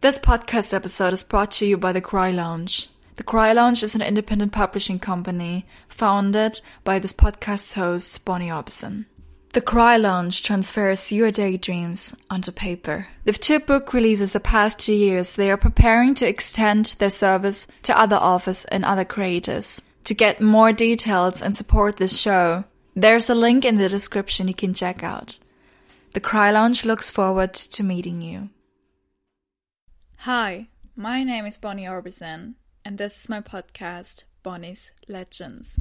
This podcast episode is brought to you by The Cry Lounge. The Cry Lounge is an independent publishing company founded by this podcast's host, Bonnie Obson. The Cry Lounge transfers your daydreams onto paper. With two book releases the past two years, they are preparing to extend their service to other authors and other creatives. To get more details and support this show, there's a link in the description you can check out. The Cry Lounge looks forward to meeting you. Hi, my name is Bonnie Orbison, and this is my podcast, Bonnie's Legends.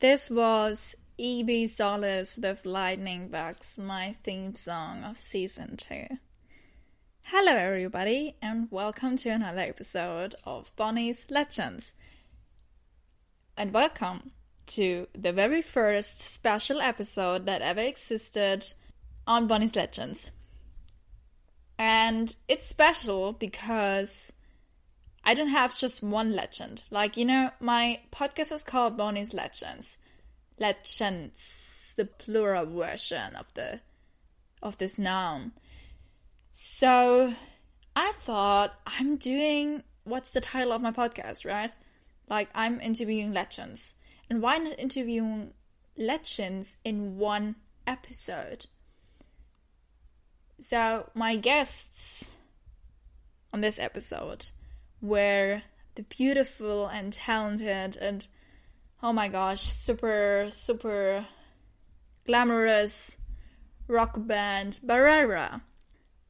This was E E.B. Solis with Lightning Bugs, my theme song of season two. Hello, everybody, and welcome to another episode of Bonnie's Legends. And welcome to the very first special episode that ever existed on Bonnie's Legends. And it's special because I don't have just one legend. Like, you know, my podcast is called Bonnie's Legends. Legends, the plural version of the of this noun. So I thought I'm doing what's the title of my podcast, right? Like I'm interviewing legends. And why not interviewing legends in one episode? So my guests on this episode were the beautiful and talented and oh my gosh, super, super glamorous rock band Barrera.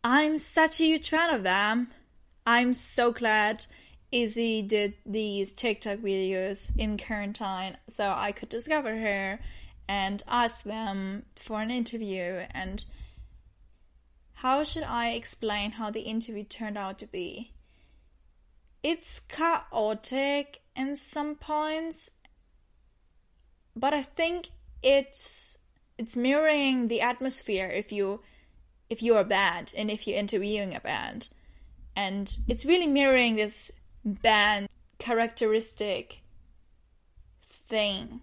I'm such a huge fan of them. I'm so glad Izzy did these TikTok videos in quarantine so I could discover her and ask them for an interview and how should I explain how the interview turned out to be? it's chaotic in some points but i think it's it's mirroring the atmosphere if you if you're a band and if you're interviewing a band and it's really mirroring this band characteristic thing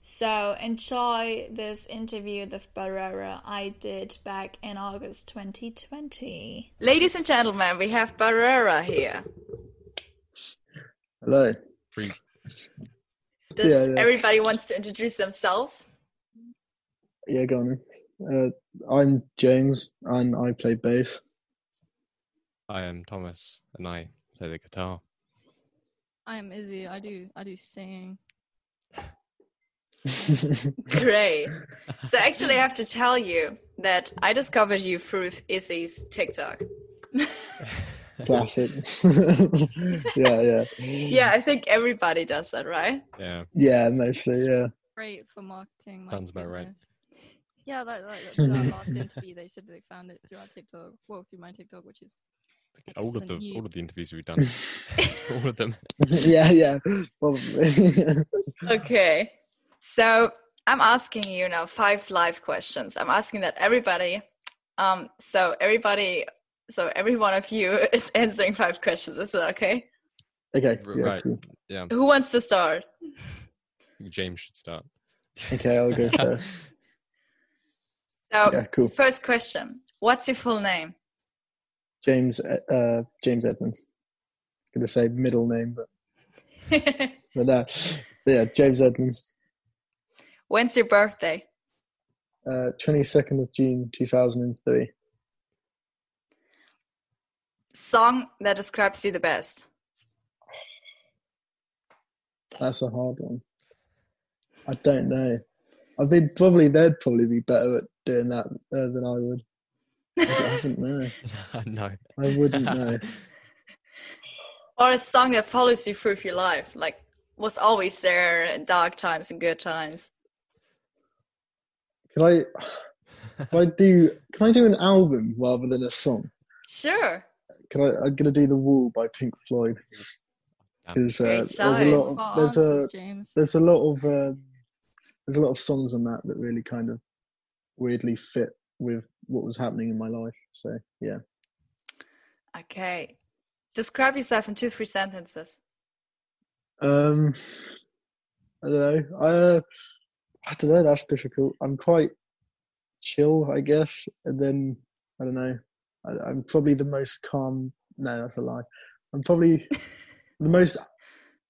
so enjoy this interview with Barrera I did back in August 2020. Ladies and gentlemen, we have Barrera here. Hello. Does Yeah, yeah. everybody wants to introduce themselves? Yeah, go on. then. Uh, I'm James and I play bass. I am Thomas, and I play the guitar. I'm Izzy. I do I do singing. Great. So actually, I have to tell you that I discovered you through Izzy's TikTok. Classic. yeah, yeah. yeah, I think everybody does that, right? Yeah, Yeah, mostly, yeah. Great for marketing. my Sounds about right. goodness. Yeah, that, that, that, that last interview they said they found it through our TikTok, well through my TikTok, which is all of the Excellent. You- all of the interviews we've done, all of them. yeah, yeah. Probably. Okay. So I'm asking you now five live questions. I'm asking that everybody. Um. So everybody. So every one of you is answering five questions. Is that okay? okay. R- yeah, right. cool. Yeah, Who wants to start? James should start. Okay, I'll go first. So Yeah, cool. first question. What's your full name? James uh, uh, James Edmonds. I was gonna say middle name, but but no. yeah, James Edmonds. When's your birthday? Uh, 22nd of June 2003. Song that describes you the best. That's a hard one. I don't know. I think probably they'd probably be better at doing that uh, than I would. I wouldn't know. no. I wouldn't know. or a song that follows you through your life, like was always there in dark times and good times. Can I? Can I do? Can I do an album rather than a song? Sure. Can I? I'm gonna do the Wall by Pink Floyd. Because uh, Great there's a choice. lot. Of, there's a James. there's a lot of uh, there's a lot of songs on that that really kind of weirdly fit with what was happening in my life. So yeah, Okay. Describe yourself in two, three sentences. um, I don't know. I uh, I don't know. That's difficult. I'm quite chill, I guess. And then I don't know. I, I'm probably the most calm. No, that's a lie. I'm probably the most.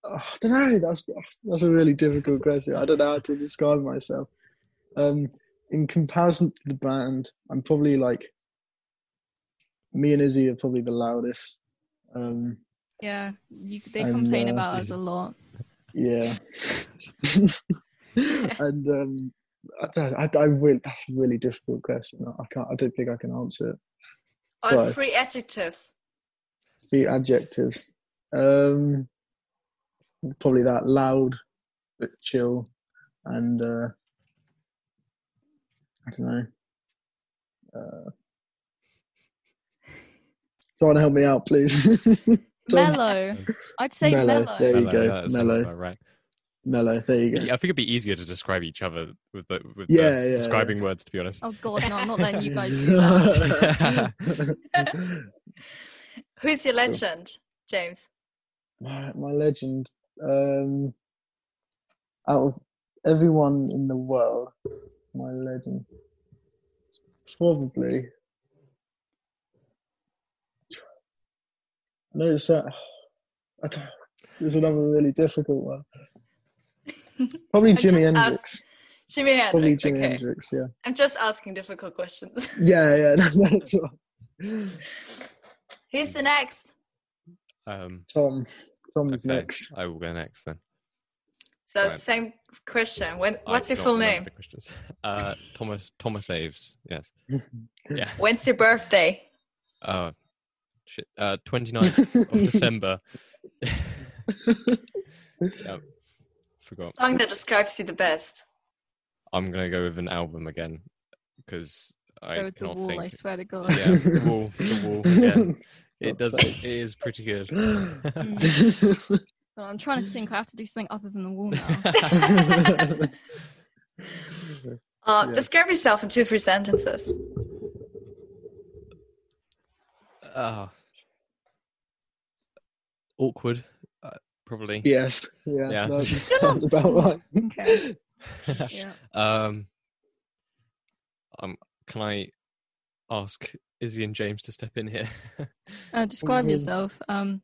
oh, I don't know. That's that's a really difficult question. I don't know how to describe myself. Um, in comparison to the band, I'm probably like me and Izzy are probably the loudest. Um, Yeah, you, they And, complain uh, about us a lot. yeah, and um, I don't. I, I really, that's a really difficult question. I can't. I don't think I can answer it. Or So three adjectives. few adjectives. Um, probably that loud, but chill, and uh, I don't know. Uh, someone help me out, please. Tom- Mellow. I'd say Mellow, mellow. there you go, that sounds mellow. about right. Mellow. There you go. I think it'd be easier to describe each other with the with the Yeah, yeah, describing words. To be honest, Oh god, no, I'm not letting you guys do that. guys. Who's your legend, James? my, my legend. Um, out of everyone in the world, my legend. It's Probably. I notice that. I don't, there's another really difficult one. Probably I just Jimi asked- Hendrix. Jimi Probably Hendrix. Jimi okay. Hendrix, yeah. I'm just asking difficult questions. Yeah, yeah, that's all. Who's the next? Oh. um, Tom. Tom's okay, next. I will go next then. So Right. same question. When, I what's your don't full remember name? The questions. Uh, Thomas Thomas Aves. Yes. Yeah. When's your birthday? Uh, shit. Uh, 29th of December. yep. Forgot. Song that describes you the best. I'm gonna go with an album again because I Go with the cannot wall, think. I swear to god. Yeah, the wall, the wall again. It does. God's It sake. is pretty good. Mm. But I'm trying to think, I have to do something other than the wall now. Uh, Yeah. Describe yourself in two, three sentences. Ah. awkward, uh, probably. Yes. Yeah. Yeah. That sounds about right. Okay. Yeah. um, um, can I ask Izzy and James to step in here? Uh, describe Mhm. yourself. Um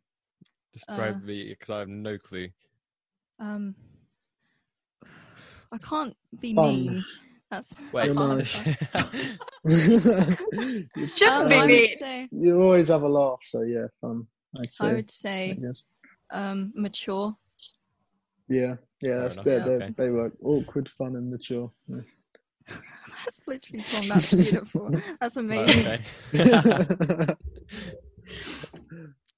Describe Uh, me because I have no clue. um I can't be Fun. mean. That's Wait, You're can't. nice. I you Shouldn't Um, be I me. would say, you always have a laugh, so yeah, fun. I'd I say. would I say guess. um mature. Yeah. Yeah. That's enough, they, yeah, they, okay. they work. Awkward, fun, and mature. Yes. That's literally Tom. That's beautiful. That's amazing. okay.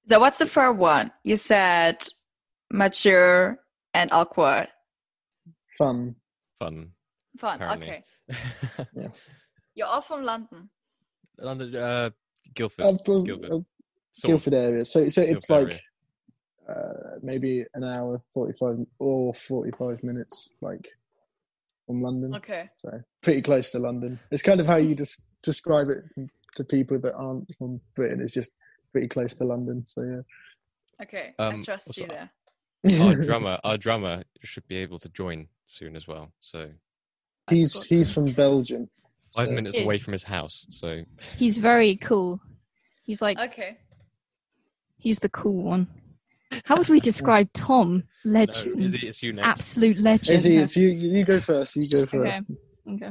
So what's the first one? You said mature and awkward. fun. Fun. Fun. Apparently. Okay. You're all from London. London, uh, Guildford. I've done- Guildford. uh, Sort of Guildford area. So so it's Guildford like uh, maybe an hour forty five or forty five minutes, like from London. Okay. So pretty close to London. It's kind of how you des- describe it to people that aren't from Britain. It's just pretty close to London. So yeah. Okay. I Um, trust you also- there. our drummer our drummer should be able to join soon as well so I've he's got he's to- from Belgium. five So- minutes Yeah. away from his house so He's very cool. He's like Okay. he's the cool one. How would we describe Tom? Legend, No, Izzy, it's you next. absolute legend. Izzy, it's you. You go first. You go first. Okay. Okay.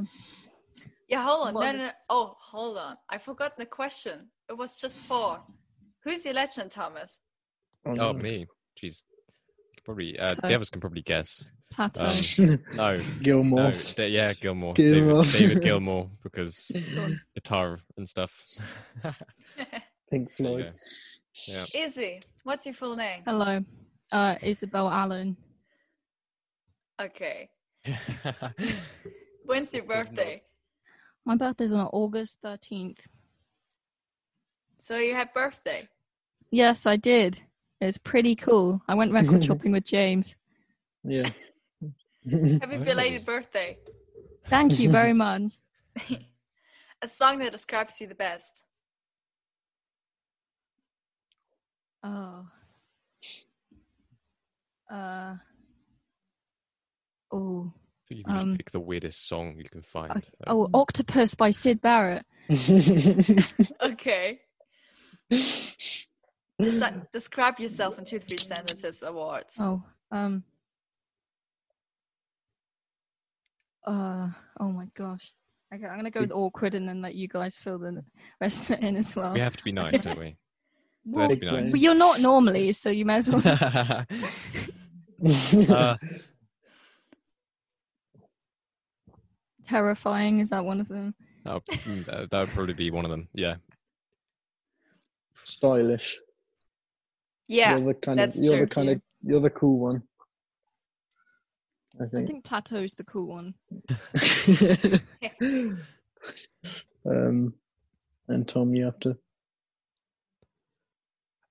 Yeah, hold on. No, What- no, no. Oh, hold on. I forgot the question. It was just four. Who's your legend, Thomas? Oh, me. Jeez. You could Probably uh, Toe. the others can probably guess. Pato. Um, No, Gilmore. no, Da- yeah, Gilmore, Gilmore. David, David Gilmore, because um, guitar and stuff. Pink Floyd. Okay. Izzy, what's your full name? Hello. Uh, Isabel Allen. Okay. When's your Good birthday? My birthday's on August 13th. So you had birthday. Yes, I did. It was pretty cool. I went record shopping with James. Yeah. Happy Oh. belated birthday. Thank you very much. A song that describes you the best. Oh. Uh. Oh. you can Um, just pick the weirdest song you can find. Uh, ok- That Oh, Octopus by Sid Barrett. Okay. Desi- describe yourself in two, three sentences awards. Oh. Um. Uh. Oh my gosh. Okay, I'm gonna go with awkward and then let you guys fill the rest of it in as well. We have to be nice, don't we? We have Well, to be nice. but you're not normally, so you may as well. uh, Terrifying is that one of them? oh, mm, that that would probably be one of them. Yeah. Stylish. yeah. You're the kind that's of. You're true. the kind of. You're the cool one. I I think. think Plateau's the cool one. um, and Tom, you have to.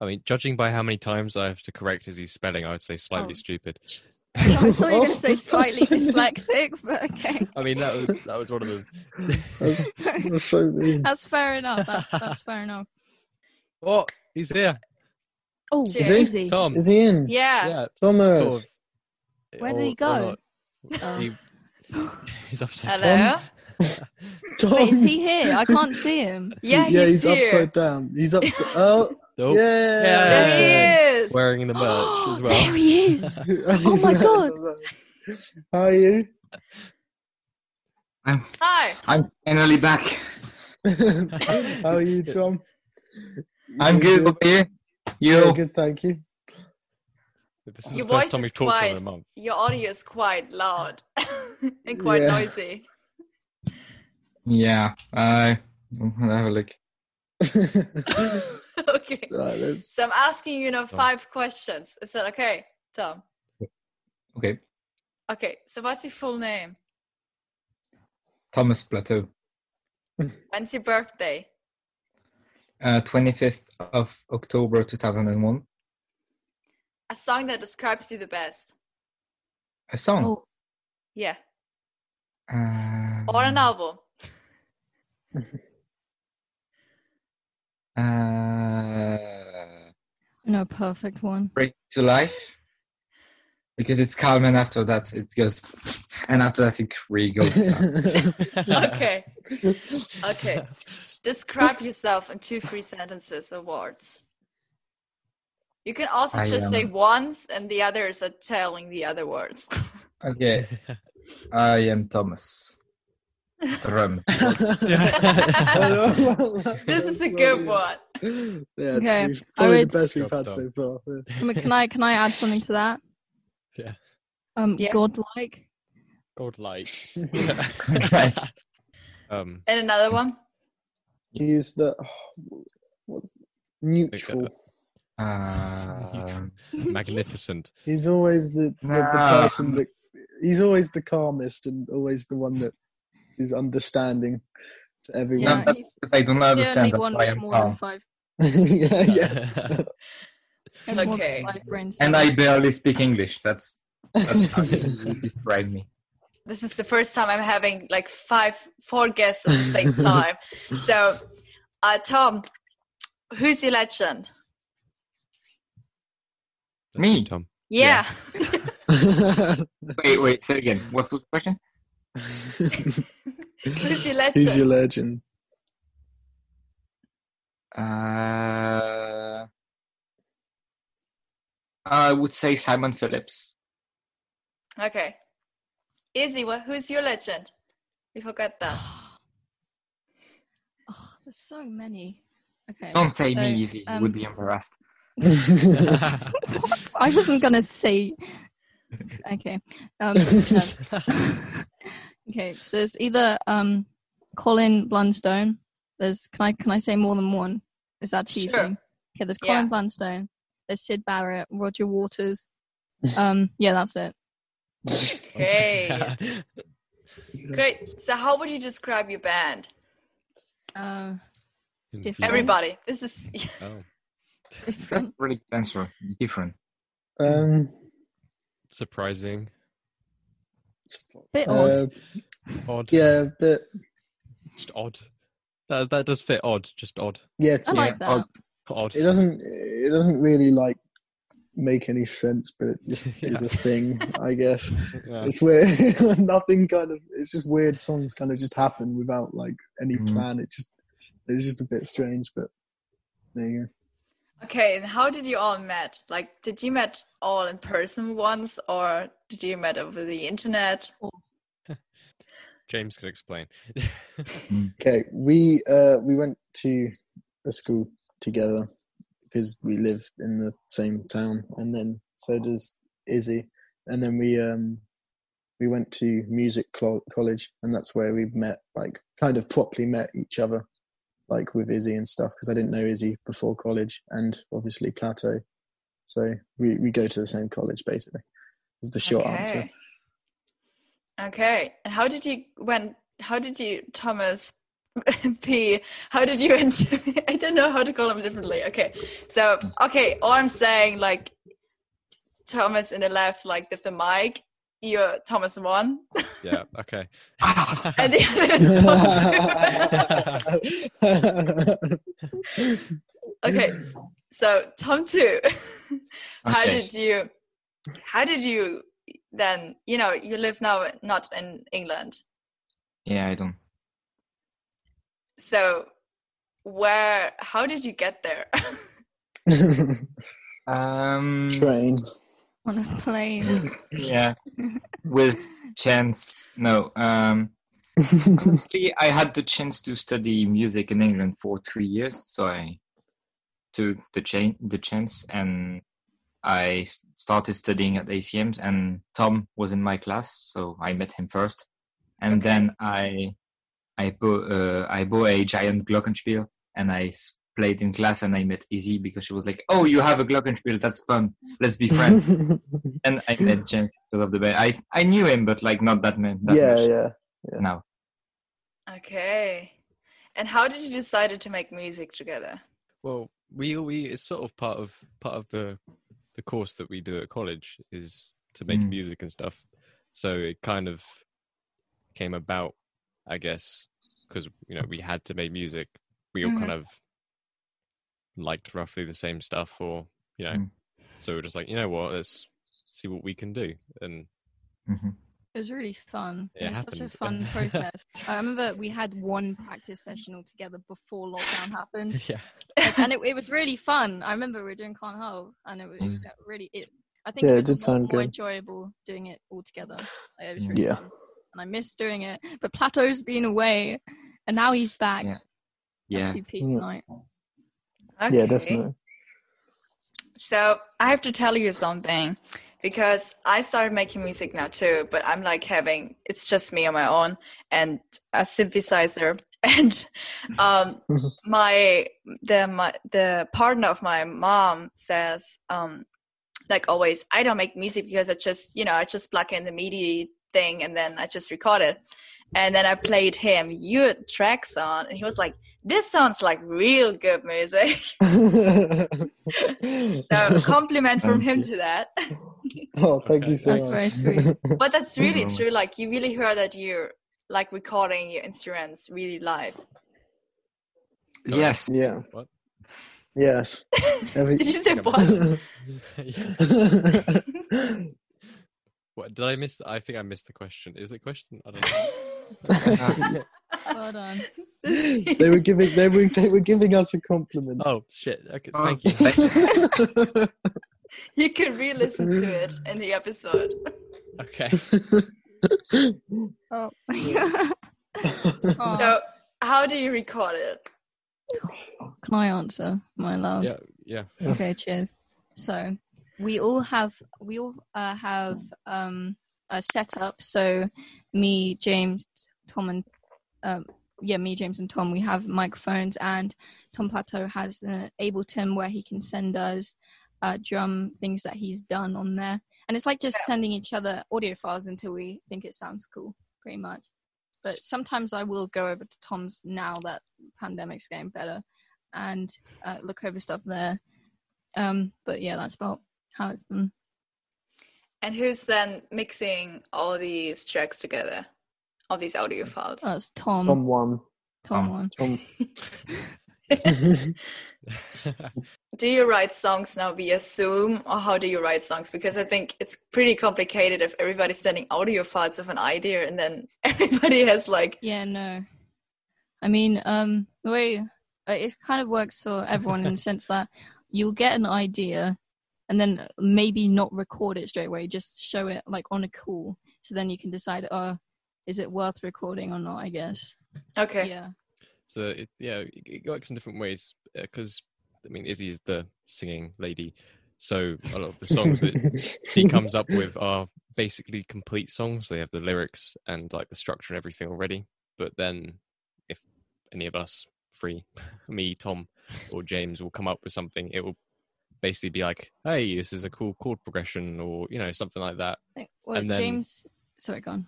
I mean, judging by how many times I have to correct Izzy's spelling, I would say slightly Oh. stupid. I thought you were going Oh, to say slightly that's so mean. dyslexic, but okay. I mean, that was that was one of them. That's, that's so mean. Um, That's fair enough. That's that's fair enough. oh, he's here. Oh, Cheers. Izzy. Tom. Is he in? Yeah. yeah. Tom sort Earth. of. Where did he Or- or go? not. Oh. He- he's upside down. Hello? Tom. Wait, is he here? I can't see him. Yeah, yeah, he's, he's, here. upside down. He's up. oh, Nope. yeah. There he is. Wearing the merch as well. There he is. And he's Oh my mad. God. How are you? I'm, Hi. I'm finally back. How are you, Tom? I'm good. What about you? You? Yeah, good, thank you. This is Your the first voice time is we've talked to him in quiet. a month. Your audio is quite loud and quite Yeah. noisy. Yeah. Uh, I'll have a look. okay. Right, let's- So I'm asking you now five questions. Is that okay, Tom? Okay. Okay. So what's your full name? Thomas Plateau. When's your birthday? Uh, 25th of October 2001. A song that describes you the best. A song. Oh, Yeah. Um, Or an album. Uh, no, perfect one. break to life. Because it's calm, and after that it goes, and after that it really goes. down. Okay. Okay. Describe yourself in two, three sentences or words. You can also I, just um, say once and the others are telling the other words. okay, I am Thomas. Drum. this is a good one. Yeah, Okay, we've- I probably would- the best we've Job had so far. Can, we, can I can I add something to that? Yeah. Um, Yeah. godlike. God like. yeah. um, And another one. He's the oh, what's, neutral. Um, magnificent. He's always the, the, the Ah. person that he's always the calmest and always the one that is understanding to Yeah, everyone. he's because I don't the only understand that one why with I'm more than calm. five. yeah, yeah. has more than Okay. five brains. And I barely speak English. That's that's how you describe me. This is the first time I'm having like five, four guests at the same time. So, uh, Tom, who's your legend? Me. Tom. Yeah. Wait, wait, say again. What's the question? who's your Who's your legend? legend? Uh, I would say Simon Phillips. Okay. Izzy, wha- who's your legend? We forgot that. Oh, there's so many. Okay. Don't say So, me easy. you um, would be embarrassed. What? I wasn't gonna say. Okay. Um, no. okay. So it's either um, Colin Blunstone. There's can I can I say more than one? Is that cheating? Sure. Okay. There's Yeah. Colin Blunstone. There's Sid Barrett, Roger Waters. Um. Yeah, that's it. Okay. Great. So, how would you describe your band? Uh, Confused. Everybody. This is. Oh, different. That's really good answer. Different. um, surprising. Bit odd. uh, Odd. yeah, but Just odd. That, that does fit odd. Just odd. yeah, I it's like just- that. odd. Odd. it doesn't it doesn't really like make any sense, but it just is Yeah. a thing, I guess. Yeah. It's weird. Nothing kind of. It's just weird. Songs kind of just happen without like any Mm. plan. It just. It's just a bit strange, but there you Okay, and how did you all met? Like, did you met all in person once, or did you met over the internet? James can explain. go. Okay, we uh we went to a school together because we live in the same town, and then so does Izzy, and then we um we went to music clo- college, and that's where we met like kind of properly met each other, like with Izzy and stuff because I didn't know Izzy before college, and obviously Plateau, so we we go to the same college basically. Is the short answer. Okay, and how did you when? How did you Thomas P? How did you and I don't know how to call him differently. Okay, so okay, all I'm saying like Thomas in the left, like with the mic, you're Thomas one, yeah. Okay. and the other is Thomas. okay, Mm. s- so Tom two. how Okay. did you how did you then you know you live now not in england Yeah, I don't. so where how did you get there Hmm. Um, Trains. On a plane. Yeah, with chance. No. Um, Honestly, I had the chance to study music in England for three years, so I took the chain the chance and I s- started studying at ACMs and Tom was in my class, so I met him first, and Okay. then I I bought uh, I bought a giant glockenspiel and I s- played in class and I met Izzy because she was like, "Oh, you have a glockenspiel? That's fun. Let's be friends." and I met James because of the band. I I knew him, but like not that man. That yeah, much yeah. Now, okay and how did you decide to make music together Well, we we it's sort of part of part of the the course that we do at college is to make Mm. music and stuff. So it kind of came about, I guess, because you know we had to make music. We all Mhm. Mm-hmm. kind of liked roughly the same stuff, or you know, Mm. so we're just like, you know what, let's see what we can do. And Mhm. It was really fun. It It, was such a happened. fun process. I remember we had one practice session all together before lockdown happened, yeah, Like, and it, it was really fun. I remember we were doing Carnhole, and it, was- it was Mm. uh, really. It, I think Yeah, it, it was did a lot sound more good. enjoyable doing it all together. Like, it was really Yeah. fun, and I missed doing it. But Plateau's been away, and now he's back. Yeah. Yeah. yeah, Two piece Yeah. night. okay. Yeah, definitely. so i have to tell you something because i started making music now too but i'm like having it's just me on my own and a synthesizer and um my the my, the partner of my mom says um like always i don't make music because i just you know i just plug in the midi thing and then i just record it and then i played him your tracks on and he was like this sounds like real good music so a compliment from him to that oh, thank you Okay. so That's much. very sweet. but that's really Mhm. true like you really heard that you're like recording your instruments really live yes, yeah. What? Yes. Every- did you say Yeah, what Yeah. What did I miss? I think I missed the question. Is it a question? I don't know. Well done. they were giving they were they were giving us a compliment. Oh shit! Okay, Oh. thank you. you can re-listen to it in the episode. Okay. Oh. No, Oh, So, how do you record it? Can I answer? My love. Yeah. Yeah. Okay, cheers. So we all have we all uh, have um, a setup. So me, James, Tom, and um, yeah, me, James, and Tom. We have microphones, and Tom Plateau has an Ableton where he can send us uh, drum things that he's done on there, and it's like just sending each other audio files until we think it sounds cool, pretty much. But sometimes I will go over to Tom's now that pandemic's getting better, and uh, look over stuff there. Um, but yeah, that's about how it's done. And who's then mixing all these tracks together? All these audio files. Oh, it's Tom. Tom Tom, one. Tom. one. Tom. Do you write songs now via Zoom or how do you write songs? Because I think it's pretty complicated if everybody's sending audio files of an idea and then everybody has like Yeah, no. I mean, um, the way uh, it kind of works for everyone in the sense that you'll get an idea and then maybe not record it straight away, just show it like on a call. So then you can decide, oh, is it worth recording or not, I guess. okay. Yeah. so it, yeah, it, it works in different ways because I mean Izzy is the singing lady, so a lot of the songs that she comes up with are basically complete songs. They have the lyrics and like the structure and everything already. But then, if any of us three, me, Tom, or James, will come up with something, it will basically be like, "Hey, this is a cool chord progression," or you know, something like that. I think- Well, And then- James, sorry, go on.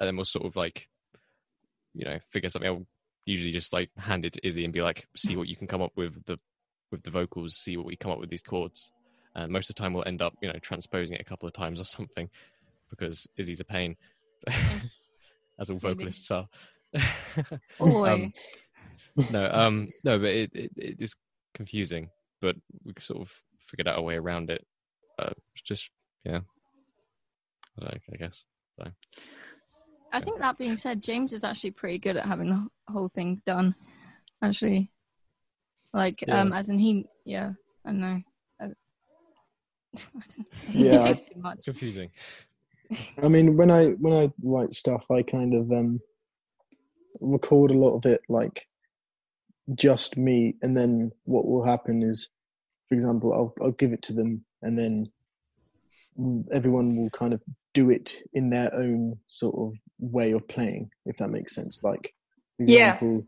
And then we'll sort of like, you know, figure something. I'll usually just like hand it to Izzy and be like, "See what you can come up with with the with the vocals. See what we come up with these chords." And most of the time, we'll end up, you know, transposing it a couple of times or something because Izzy's a pain, as all Maybe. vocalists are. Oi. Um, no, um, no, but it, it it is confusing, but we sort of figured out a way around it. Uh, it's just yeah, I, don't know, I guess. I think that being said, James is actually pretty good at having the whole thing done. Actually, like Yeah. um, as in he, yeah, I know. I, I don't know. Yeah. too much. Confusing. I mean, when I when I write stuff, I kind of um, record a lot of it like just me, and then what will happen is, for example, I'll I'll give it to them, and then everyone will kind of do it in their own sort of way of playing, if that makes sense. Like, for Yeah. example,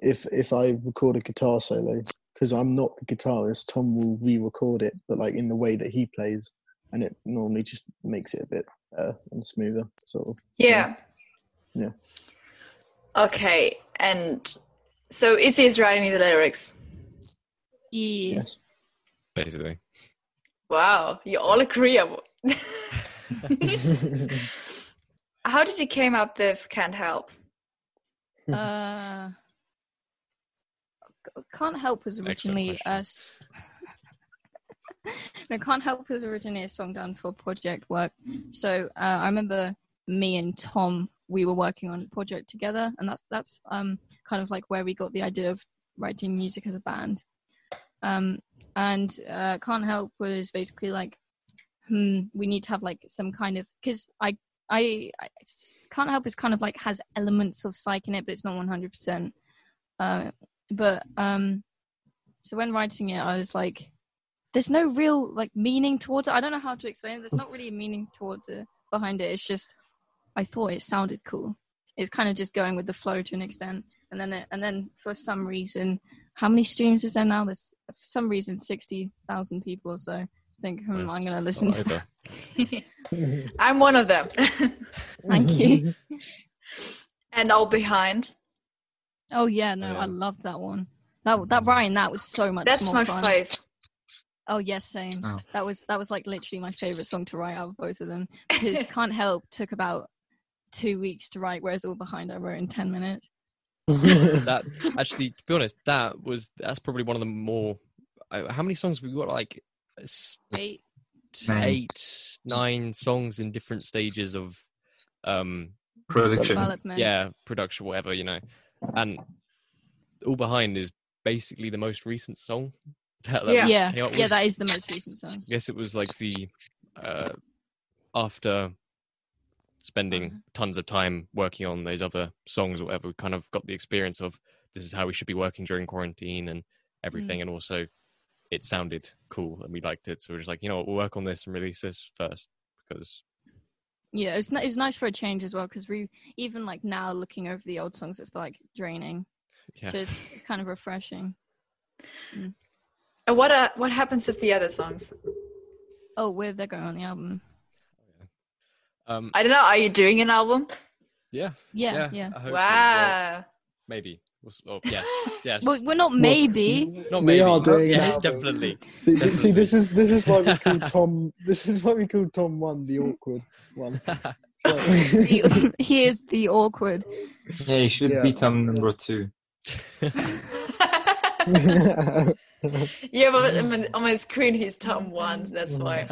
if if I record a guitar solo, because I'm not the guitarist, Tom will re-record it, but like in the way that he plays, and it normally just makes it a bit better and smoother, sort of. Yeah. Yeah. Okay. And so Izzy is writing the lyrics. Yeah. Yes. Basically, Wow, you all agree. on- I How did you came up with "Can't Help"? Uh, C- can't help was originally question. us. no, can't help was originally a song done for project work. So uh, I remember me and Tom we were working on a project together, and that's that's um kind of like where we got the idea of writing music as a band. Um, and uh, can't help was basically like, hmm, we need to have like some kind of because I I, I s- can't help is kind of like has elements of psych in it, but it's not one hundred percent. Uh, But um, so when writing it, I was like, there's no real like meaning towards it. I don't know how to explain it. There's not really a meaning towards it behind it. It's just I thought it sounded cool. It's kind of just going with the flow to an extent, and then it, and then for some reason, how many streams is there now? There's for some reason sixty thousand people or so. I think hmm, I'm gonna listen not to either. that. I'm one of them, Thank you. and all behind. Oh yeah, no, I yeah. love that one. That that Ryan, that was so much. That's more my fun. fave. Oh yes, same. Oh. That was that was like literally my favorite song to write out of both of them because "Can't Help" took about two weeks to write, whereas "All Behind" I wrote in ten minutes. That actually, to be honest, that was that's probably one of the more. I- How many songs we got? Like s- Eight. Nine. eight, nine songs in different stages of, um, Production. Development. yeah, production, whatever you know. and all behind is basically the most recent song. That, Yeah. we yeah, came up yeah. with. That is the most recent song. I guess it was like the uh, after Mm-hmm. spending tons of time working on those other songs or whatever, we kind of got the experience of this is how we should be working during quarantine and everything. Mm. And also, it sounded cool and we liked it. So we're just like, you know what, we'll work on this and release this first because Yeah, it's ni- it's nice for a change as well because we even like now looking over the old songs, it's like draining. yeah, So it's, it's kind of refreshing. And what uh, what happens with the other songs? Oh, where they're going on the album? um, I don't know. Are you doing an album? yeah, Yeah, yeah. hopefully. Well, wow. maybe. We'll s- oh, yes, yes. Well, we're not maybe. Not We maybe. are doing an yeah, album. definitely. See, th- see, this is this is why we call Tom. This is why we call Tom one the awkward one. So, The- he is the awkward. Yeah, you should Yeah. be Tom number two. yeah, but on my- on my screen he's Tom one. That's why.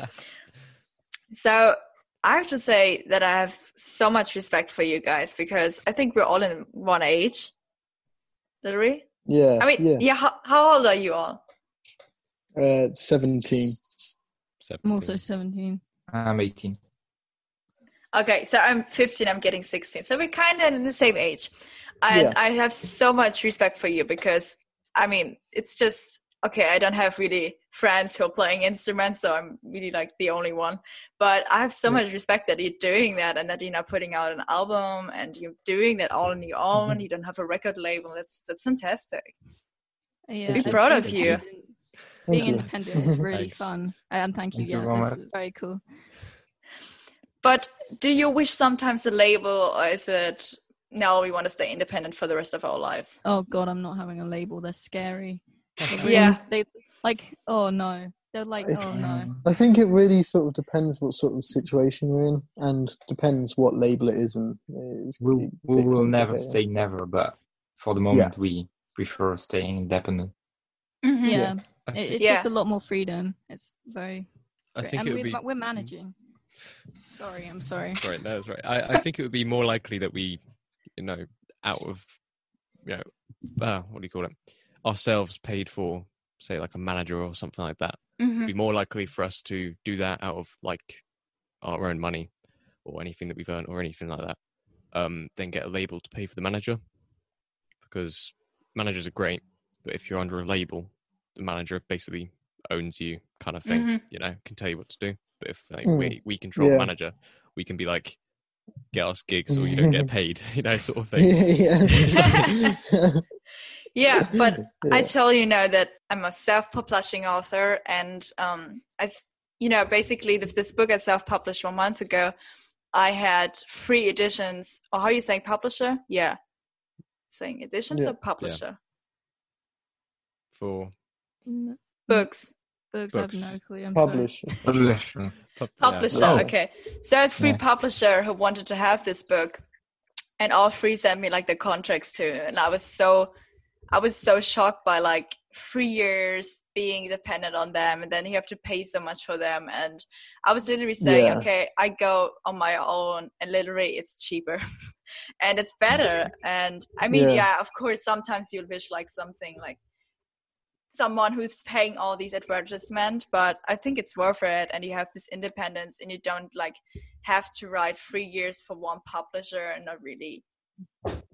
So I have to say that I have so much respect for you guys because I think we're all in one age. Did we? yeah, I mean, yeah. how, how old are you all? yeah. Uh, Seventeen. I'm 17. also 17. I'm 18. Okay, so I'm 15. I'm getting 16. So we're kind of in the same age, and Yeah. I have so much respect for you because I mean, it's just okay. I don't have really friends who are playing instruments, so I'm really like the only one. But I have so Yeah. much respect that you're doing that and that you're not putting out an album and you're doing that all on your own. Mm-hmm. You don't have a record label. That's that's fantastic. Uh, Yeah, Be I proud think of you. independent- Thank Being you. independent is really Thanks. fun. And thank you. Thank you yeah, very that's very cool. But do you wish sometimes a label, or is it no? We want to stay independent for the rest of our lives. Oh god, I'm not having a label. They're scary. They're really- Yeah. They like. Oh no. They're like. Oh no. I think it really sort of depends what sort of situation you're in, and depends what label it is, and it's We'll, a we bit will never complicated. say never, but for the moment, we prefer staying independent. Mhm. Yeah. I It, think, it's Yeah. just a lot more freedom. It's very. I great. think and it would we're, be ma- we're managing. Sorry, I'm sorry. right that's right I, I think it would be more likely that we you know out of you know uh, what do you call it ourselves paid for say like a manager or something like that Mhm. Hmm. Mm-hmm. it'd be more likely for us to do that out of like our own money or anything that we've earned or anything like that um then get a label to pay for the manager because managers are great but if you're under a label the manager basically owns you kind of thing Mhm. you know can tell you what to do but if like Mm-hmm. Mm. we we control the Yeah. manager we can be like get us gigs or you don't get paid you know sort of thing yeah. Yeah, but I Yeah. tell you now that I'm a self-publishing author, and um, I, s- you know, basically th- this book I self-published one month ago. I had three editions. Or how are you saying publisher? Yeah, saying editions Yeah. or publisher for Mm, books. Books, I have Books. no clue. I'm sorry. Publish. pub- yeah. publisher. Oh. Okay, so I had three Yeah. publisher who wanted to have this book, and all three sent me like the contracts too, and I was so, I was so shocked by like three years being dependent on them, and then you have to pay so much for them, and I was literally saying, Yeah. okay, I go on my own, and literally it's cheaper, and it's better, and I mean, Yeah. yeah, of course, sometimes you'll wish like something like someone who's paying all these advertisement but i think it's worth it and you have this independence and you don't like have to write three years for one publisher and not really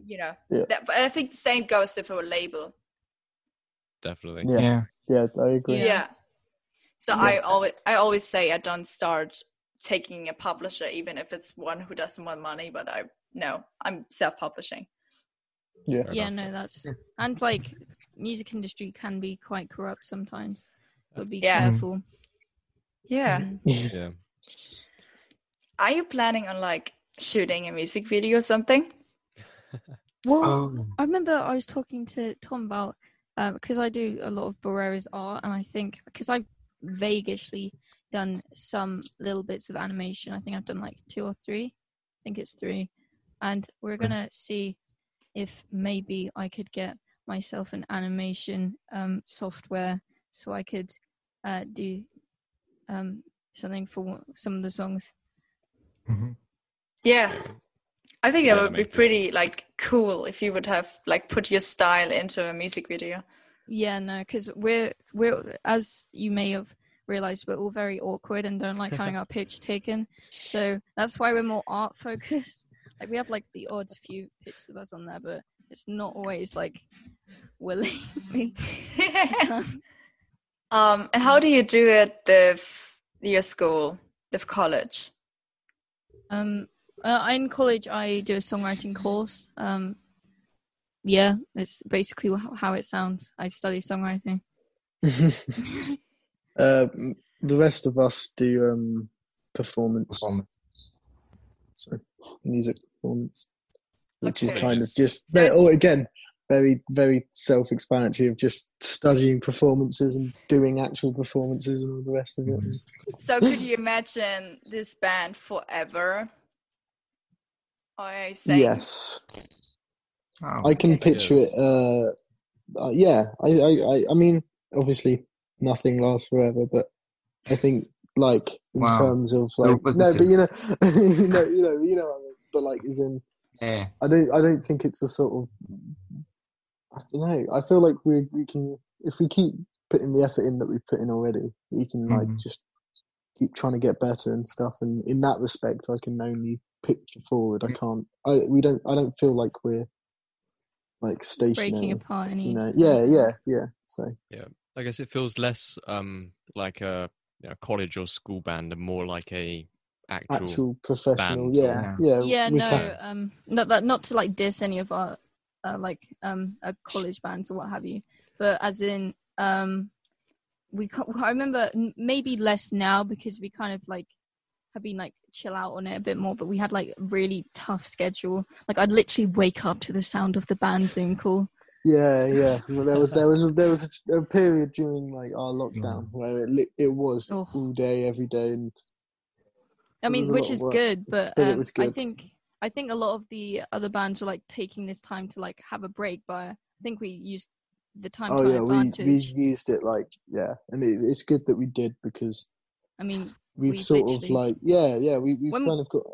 you know Yeah. that, but i think the same goes for a label definitely Yeah. yeah. Yeah, I agree. yeah, Yeah. so i always i always say i don't start taking a publisher even if it's one who doesn't want money but i no i'm self-publishing Yeah. Fair Yeah, enough. no, that's and like music industry can be quite corrupt sometimes. But be Yeah. careful. yeah Mm. yeah are you planning on like shooting a music video or something What? Oh. I remember I was talking to Tom about because I do a lot of Barrera's art, and I think because I've vaguishly done some little bits of animation. I think I've done like two or three. I think it's three, and we're gonna see if maybe I could get myself an animation um, software so I could uh, do Mm-hmm. um, something for some of the songs. Mhm. yeah I think that Yeah, would be maybe. pretty like cool if you would have like put your style into a music video. Yeah, no, because we're we're as you may have realized, we're all very awkward and don't like having our picture taken. So that's why we're more art focused. Like we have like the odd few pictures of us on there, but it's not always like willingly done. um, and how do you do it with your school, with college? Um, uh, in college, I do a songwriting course. Um, yeah, it's basically wh- how it sounds. I study songwriting. uh, the rest of us do um, performance, Performance. so music performance, which Okay. is kind of just So very, oh it's- again very very self-explanatory of just studying performances and doing actual performances and all the rest of it. Mm-hmm. So could you imagine this band forever? I say Yes, Oh. I can picture Yes. it. Uh, uh, yeah, I, I, I, I mean, obviously, nothing lasts forever, but I think, like, in Wow. terms of No, like, but no, the- but you know, you know, you know, you know, what I mean. but like, is in, yeah. I don't, I don't think it's a sort of, I don't know. I feel like we we can, if we keep putting the effort in that we've put in already, we can like Mhm. just keep trying to get better and stuff. And in that respect, I can only picture forward. I can't. I we don't. I don't feel like we're like Breaking stationary. apart any. You know. Yeah. Yeah. Yeah. So I guess it feels less um like a you know, college or school band and more like a actual. actual professional. band. Yeah. Yeah. Yeah. yeah with no that- um not that not to like diss any of our uh, like um uh, college bands or what have you but as in um we ca- i remember n- maybe less now because we kind of like have been like chill out on it a bit more but we had like a really tough schedule like i'd literally wake up to the sound of the band zoom call Yeah, yeah. Well, There was there was a, there was a, a period during like our lockdown where it li- it was Oh. all day, every day, and i It mean was a which lot of is work, good but, but it um, was i good. think i think a lot of the other bands were like taking this time to like have a break but i think we used the time to oh our yeah, we advantage we used it like yeah, and it, it's good that we did because i mean we've We sort of literally- like yeah, yeah, we we've When- kind of got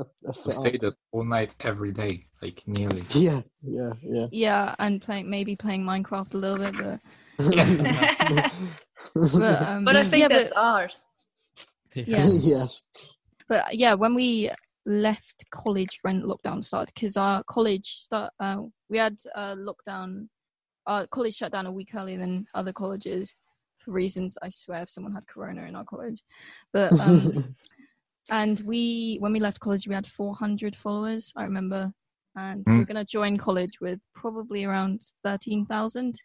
uh, a, a We fit stayed up all night every day, like nearly. Yeah, yeah, yeah. Yeah, and playing maybe playing Minecraft a little bit, but, but but um, I think yeah, that's but, art. yeah, yes. but yeah, when we left college when lockdown started, because our college start, uh, we had uh, lockdown, our college shut down a week earlier than other colleges for reasons I swear if someone had corona in our college, but um, and we when we left college we had 400 followers I remember, and Hmm. we're gonna join college with probably around 13,000, and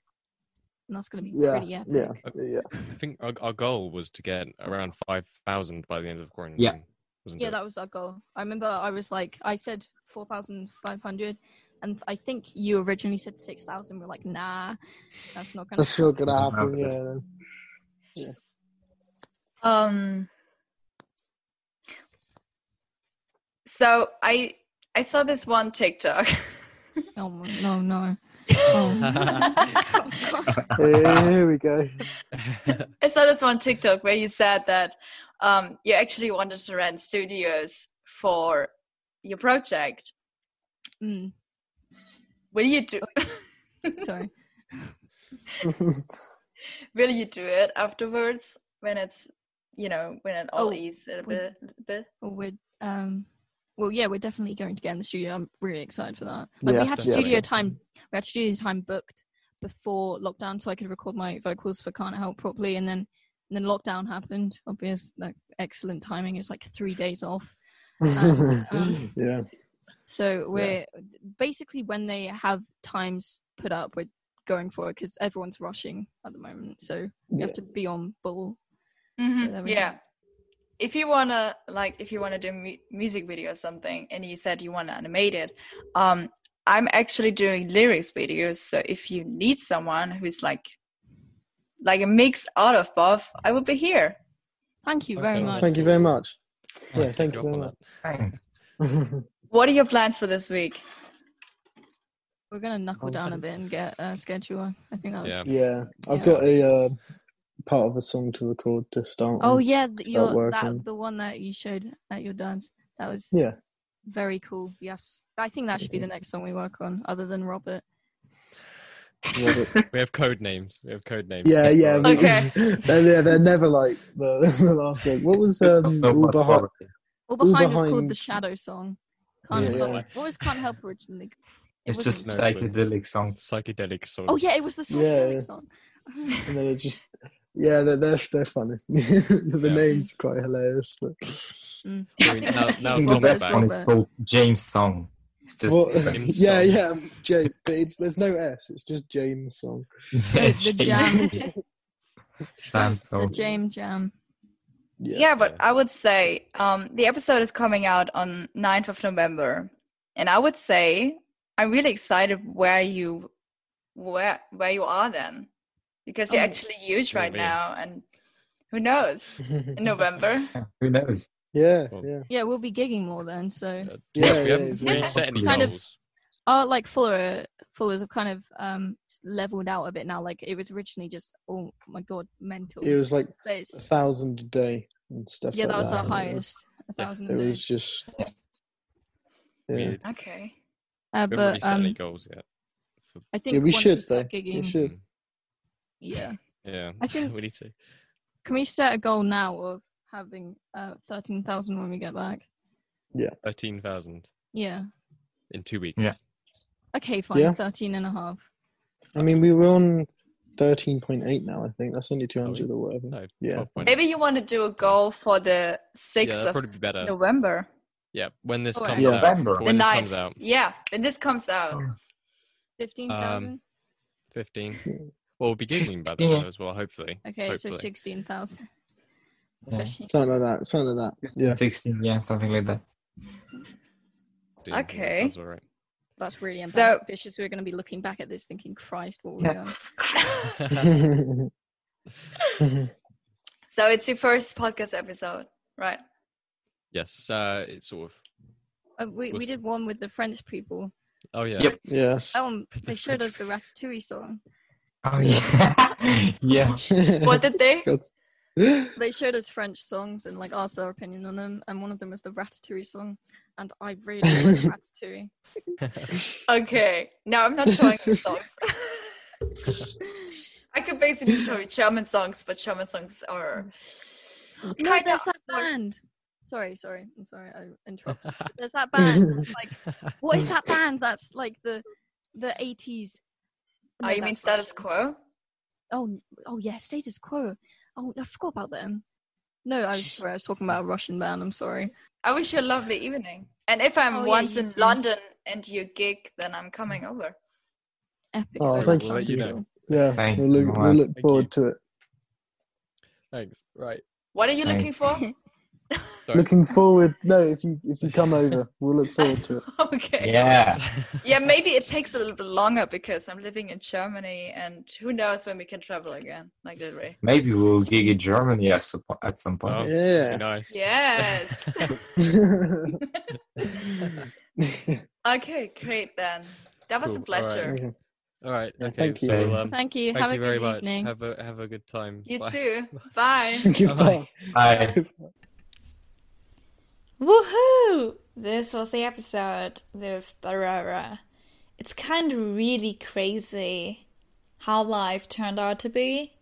that's gonna be yeah, pretty epic. yeah, yeah. I think our, our goal was to get around five thousand by the end of quarantine. Yeah. Wasn't Yeah, it? that was our goal. I remember I was like, I said 4,500, and I think you originally said 6,000. We're like, nah, that's not gonna. That's not gonna Doesn't happen. Yeah. matter. Um. So I I saw this one TikTok. Oh, my- no, no. Oh. Eh, Here we go. I saw this one TikTok where you said that um, you actually wanted to rent studios for your project. Mm, Will you do? Oh. sorry. Will you do it afterwards when it's you know when it all Oh, eases a we- bit? bit? Well, we're um, well, yeah, we're definitely going to get in the studio. I'm really excited for that. Like, Yeah, we had yeah, studio definitely. time. We had studio time booked before lockdown, so I could record my vocals for "Can't Help" properly, and then and then lockdown happened. Obvious, like excellent timing. It's like three days off. And, um, yeah. So we're basically when they have times put up, we're going for it because everyone's rushing at the moment. So you Yeah. have to be on ball. Mhm, there we go. Yeah. If you wanna like, if you wanna do mu- music video or something, and you said you wanna animate it, um, I'm actually doing lyrics videos. So if you need someone who's like, like a mix out of both, I will be here. Thank you very Okay. much. Thank you very much. Yeah, Yeah, thank you Go off very much. on that. Fine. What are your plans for this week? We're gonna knuckle One down a second. bit and get a schedule. I think that was. Yeah. yeah, I've Yeah. got a uh, part of a song to record to start. Oh on. yeah, th- Start your that working. the one that you showed at your dance. That was yeah, Mm-hmm. Very cool. You have to, s- I think that should be the next song we work on, other than Robert. We have code names. We have code names. Yeah, yeah. we- Okay. they're, they're, they're never like the, the last thing. What was um, No, all but behind? probably. All All behind, was called the Behind- Shadow Song. Can't Yeah, help. yeah. What was Can't Help originally? It It's wasn't- just No, like a but- delic song. Psychedelic song. Oh yeah, it was the Yeah, psychedelic yeah. song. And then it just, yeah, they're they're, they're funny. the Yeah. name's quite hilarious. But I mean, now, now The The Tom best Robert, back. one is Robert. called James Song. It's just Well, James yeah, song. yeah, James. But it's there's no S. It's just James song. The- the jam. Jam The Oh. song. Jam Jam. Yeah. Yeah, but Yeah. I would say um, the episode is coming out on 9th of November, and I would say I'm really excited where you where where you are then, because you're Oh, actually huge yeah, right me. now, and who knows in yeah, November? Who knows? yeah, Well, yeah. Yeah, we'll be gigging more then. So Oh. Yeah, Yeah, we yeah, haven't it's really really- set any Kind of- goals. our like Fuller Fullers have kind of um leveled out a bit now. Like it was originally just oh my god, mental. It was like so a it's, thousand a day and stuff. yeah, like that was our and it highest. A yeah, thousand. was- a It day. was just. We, Yeah, we Okay. Uh, haven't really but set any um, goals yet. I think yeah we once should though. start We gigging- should. Mm, Yeah. Yeah, I think- we need to. Can we set a goal now of having uh thirteen thousand when we get back? Thirteen thousand Yeah. in two weeks. Yeah. Okay, fine. Yeah. Thirteen and a half. I mean, we were on thirteen point eight now. I think that's only two Are hundred we? or whatever. No. Yeah. 12.8. Maybe you want to do a goal for the Yeah, 6th that'd probably uh, be of better. November. Yeah, when this Oh, comes yeah. out. November. for When the this 9th. comes out, Yeah, when this comes out. Fifteen thousand. Um, fifteen. Yeah. Well, we'll be giggling by then Yeah. as well. Hopefully. okay, hopefully. so sixteen thousand. Yeah. Something like that. Something like that. Yeah. 16, yeah, something like that. Dude, I think that Okay. sounds all right. That's really So- ambitious. We're going to be looking back at this, thinking, "Christ, what were we Yeah. done?" So it's your first podcast episode, right? yes. Uh, it's sort of. Uh, we we Was- did one with the French people. Oh yeah. Yep. yes. Oh, um, they showed us the Ratatouille song. Oh, yeah. yeah. What did they? God. They showed us French songs and like asked our opinion on them, and one of them was the Ratatouille song, and I really like Ratatouille. Okay. No, I'm not showing you songs. I could basically show you German songs, but German songs are No, kind of there's that band. Sorry, sorry, I'm sorry, I interrupted. There's that band. that's, like, what is that band? That's like the the 80s. Oh, No, you mean that's status Russian. quo? Oh, n- oh yeah, status quo. Oh, I forgot about them. No, I was sorry, I was talking about a Russian band. I'm sorry. I wish you a lovely evening. And if I'm Oh, yeah, once you in too. London and you gig, then I'm coming over. Epic. Oh, though, thank that you. We'll let you know. sounds cool. yeah. Thank We'll look, you, we'll look Thank forward you. to it. Thanks. Right. What are you Thank- looking for? Sorry. Looking forward. No, if you if you come over, we'll look forward to it. okay. Yeah. Yeah, maybe it takes a little bit longer because I'm living in Germany and who knows when we can travel again, like that way. Maybe we'll gig in Germany at some po- at some Oh, point. that'd Yeah. be nice. Yes. okay, great then. That was a Cool, all right. pleasure. Okay. All right. Yeah, okay. thank you. so we'll, um, Thank you. thank Have you a very good much. evening. Have a have a good time. You Bye. too. Bye. Goodbye. Hi. Woohoo! This was the episode with Barrera. It's kind of really crazy how life turned out to be.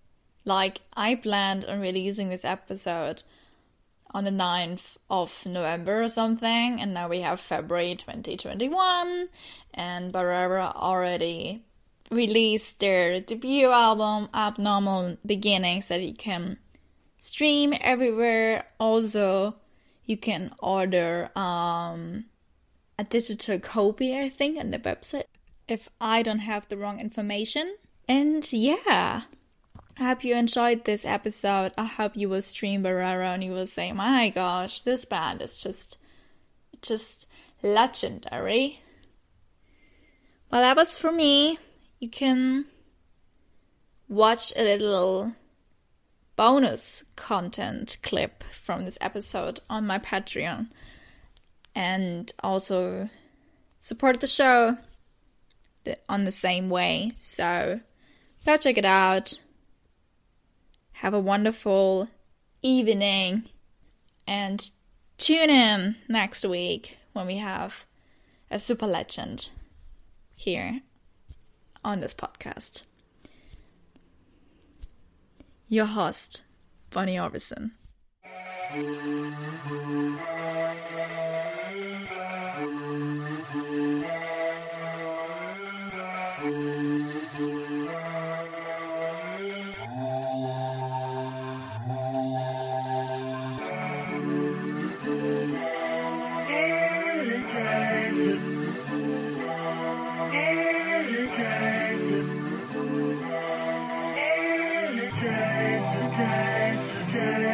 Like, I planned on releasing this episode on the 9th of November or something, and now we have February 2021, and Barrera already released their debut album, Abnormal Beginnings, that you can stream everywhere. Also, you can order um, a digital copy, I think, on the website, if I don't have the wrong information. And yeah, I hope you enjoyed this episode. I hope you will stream Barrera and you will say, my gosh, this band is just, just legendary. Well, that was for me. You can watch a little bonus content clip from this episode on my Patreon and also support the show the- on the same way. So go check it out. Have a wonderful evening and tune in next week when we have a super legend here on this podcast. Your host, Bonnie Orbison. Dance, dance, dance.